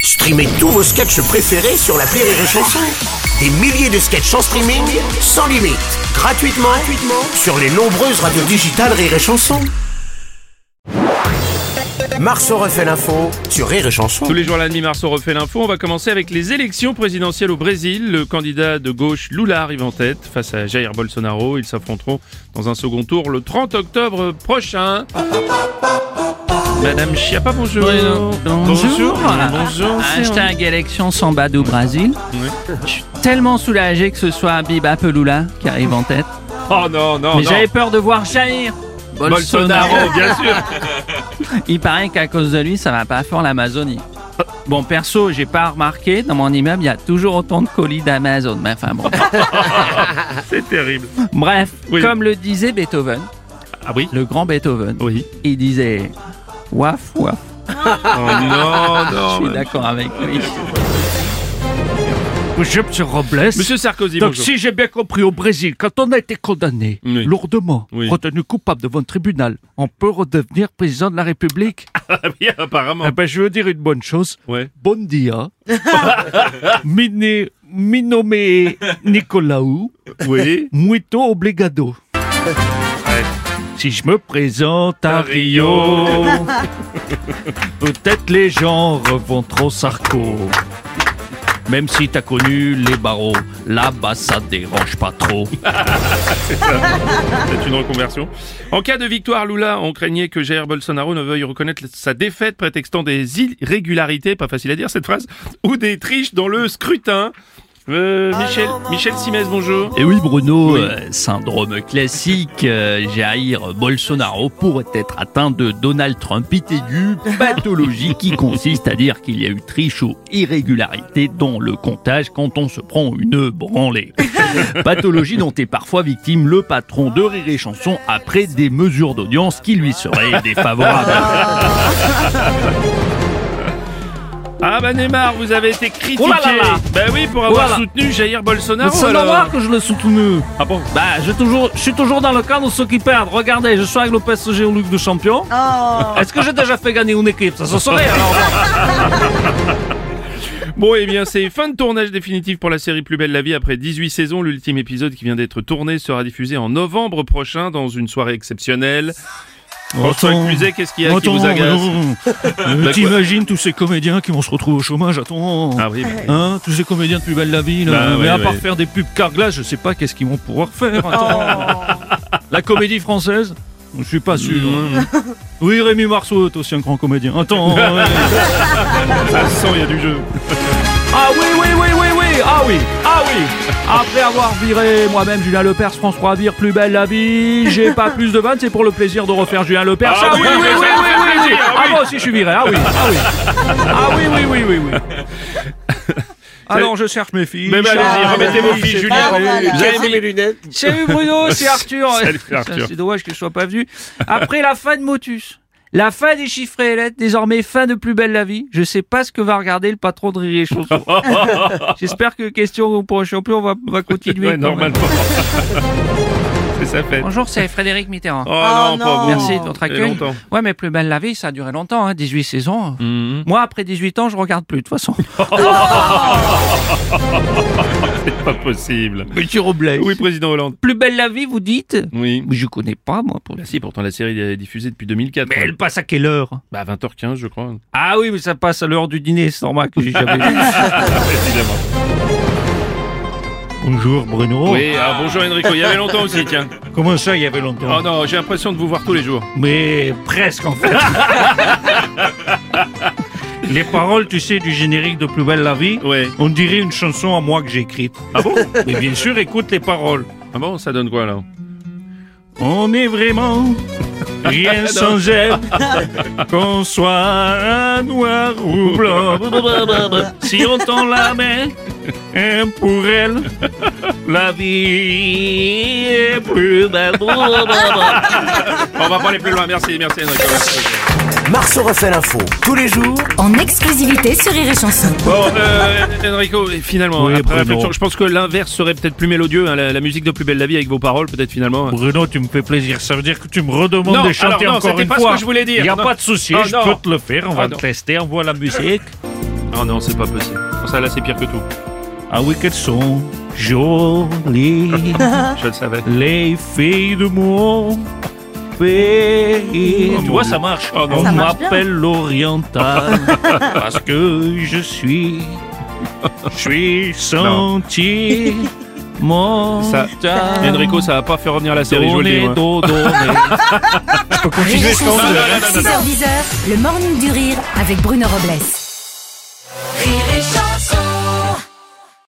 Streamez tous vos sketchs préférés sur la Rire et Chanson. Des milliers de sketchs en streaming, sans limite, gratuitement, gratuitement sur les nombreuses radios digitales Rire et Chanson. Marceau refait l'info sur Rire et Chanson. Tous les jours à la demi mars, on refait l'info. On va commencer avec les élections présidentielles au Brésil. Le candidat de gauche Lula arrive en tête face à Jair Bolsonaro. Ils s'affronteront dans un second tour le 30 octobre prochain. Madame Chiappa, bonjour. Bonjour. Bonjour. Hashtag élection samba du Brésil. Je suis tellement soulagé que ce soit Biba Pelula qui arrive en tête. Oh non, non, Mais non. j'avais peur de voir Jair Bolsonaro. Bolsonaro, bien sûr. Il paraît qu'à cause de lui, ça va pas fort l'Amazonie. Euh. Bon, perso, j'ai pas remarqué, dans mon immeuble, il y a toujours autant de colis d'Amazon. Mais enfin bon. C'est terrible. Bref, Oui. comme le disait Beethoven, Ah oui le grand Beethoven, Oui. il disait Waf, waf. Oh non, non. Je suis d'accord avec lui. Bonjour, monsieur Robles. Monsieur Sarkozy, Donc, bonjour. si j'ai bien compris, au Brésil, quand on a été condamné Oui. lourdement, Oui. retenu coupable devant le tribunal, on peut redevenir président de la République Ah oui, apparemment. Eh ben, je veux dire une bonne chose. Ouais. Bon dia. Miné, minome Nicolaou. Oui. Muito obligado. Si je me présente à Rio, peut-être les gens reventront Sarko. Même si t'as connu les barreaux, là-bas ça dérange pas trop. C'est une reconversion. En cas de victoire, Lula, on craignait que Jair Bolsonaro ne veuille reconnaître sa défaite, prétextant des irrégularités, pas facile à dire cette phrase, ou des triches dans le scrutin. Euh, Ah Michel, Michel Simès, bonjour. Et Eh oui, Bruno, Oui. euh, syndrome classique, euh, Jair Bolsonaro pourrait être atteint de Donald Trumpite aiguë, pathologie qui consiste à dire qu'il y a eu triche ou irrégularité dans le comptage quand on se prend une branlée. pathologie dont est parfois victime le patron de Rire et Chanson après des mesures d'audience qui lui seraient défavorables. Ah bah Neymar, vous avez été critiqué. Oh là là là. Bah oui, pour avoir Oh là là. soutenu Jair Ah Bolsonaro. Ça alors. que je l'ai soutenu. Ah bon Bah, je, toujours, je suis toujours dans le camp de ceux qui perdent. Regardez, je suis avec le PSG en Ligue de Champion. Oh. Est-ce que j'ai déjà fait gagner une équipe Ça se saurait alors. Bon, et bien, c'est fin de tournage définitif pour la série Plus belle la vie après 18 saisons. L'ultime épisode qui vient d'être tourné sera diffusé en novembre prochain dans une soirée exceptionnelle. François Attends. Cluzet, qu'est-ce qu'il y a qui vous Attends, agace non. Euh, quoi T'imagines tous ces comédiens qui vont se retrouver au chômage, attends. Ah oui, bah. Hein, tous ces comédiens de plus belle la ville. Bah, euh, mais ouais, à part ouais. faire des pubs carglass, je sais pas qu'est-ce qu'ils vont pouvoir faire. attends. La comédie française Je suis pas sûr. hein. Oui, Rémi Marceau est aussi un grand comédien. Attends. ouais. ça sent, il y a du jeu. Ah oui, oui, oui, oui, oui. Ah oui, ah oui. Après avoir viré moi-même Julien Lepers, François Vire, plus belle la vie, j'ai pas plus de vannes, c'est pour le plaisir de refaire Julien Lepers. Ah Ah, oui, oui, oui, ça oui, oui, fait oui, oui. plaisir, ah Ah oui. moi aussi je suis viré, ah oui, ah oui. Ah oui, oui, oui, oui, oui. Alors je cherche mes filles. Mais bah, allez-y, Ah, remettez vos oui, filles, c'est Julien. pareil. Jérémy, Salut Bruno, c'est Arthur. Salut, Arthur. Putain, C'est dommage que je sois pas venu. Après la fin de Motus, la fin des chiffres et lettres, désormais fin de Plus belle la vie, je sais pas ce que va regarder le patron de Rire et Chanson. J'espère que question pour un champion, on va, on va continuer. Ouais, quand même. normalement. c'est sa fête. Bonjour, c'est Frédéric Mitterrand. Oh, non, pas vous. Merci de votre accueil. longtemps. Mm. Ouais, mais Plus belle la vie, ça a duré longtemps, hein, 18 saisons. Moi, après 18 ans, je regarde plus, de toute façon. C'est pas possible. Monsieur Robles. Oui, président Hollande. Plus belle la vie, vous dites Oui. Je connais pas, moi. Pour... Bah si, pourtant la série est diffusée depuis 2004. Mais elle passe à quelle heure Bah 20h15, je crois. Ah oui, mais ça passe à l'heure du dîner, c'est normal que j'ai jamais vu. Évidemment. Bonjour Oh. Bruno. Oui, ah, bonjour Enrico, il y avait longtemps aussi, tiens. Comment ça, il y avait Oh longtemps non, j'ai l'impression de vous voir tous les jours. Mais presque en fait. Les paroles, tu sais, du générique de Plus belle la vie, Ouais. on dirait une chanson à moi que j'ai écrite. Ah bon Mais bien sûr, écoute les paroles. Ah bon, ça donne quoi là On est vraiment rien sans elle, qu'on soit noir ou blanc. Si on tend la main, un pour elle, la vie est plus belle. On va pas aller plus loin, merci, merci Enrico. Marceau refait l'info tous les jours en exclusivité sur Rire et Chanson. Bon, euh, Enrico, et finalement, Oui, après Bruno. réflexion, je pense que l'inverse serait peut-être plus mélodieux, hein, la, la musique de Plus Belle la Vie avec vos paroles, peut-être finalement. Bruno, tu me fais plaisir. Ça veut dire que tu me redemandes Non, de chanter alors non, encore c'était une pas ce fois. que je voulais dire. Il n'y a Non. pas de souci, Ah, je non. peux te le faire. On Ah, va non. te tester, on voit la musique. Non, Oh, non, c'est pas possible. Non, Ça, là, c'est pire que tout. Ah oui, qu'elles sont jolies, Je le savais. les filles de mon Oh, pays. tu mon vois, Dieu. ça marche. Oh, non. On Ça marche bien. m'appelle l'Oriental parce que je suis. Je suis sentimental. Enrico, ça va pas faire revenir la série, je vous le dis. Donné, moi. dodonné. Rire et chanson. 6h10, le morning du rire avec Bruno Robles. Rire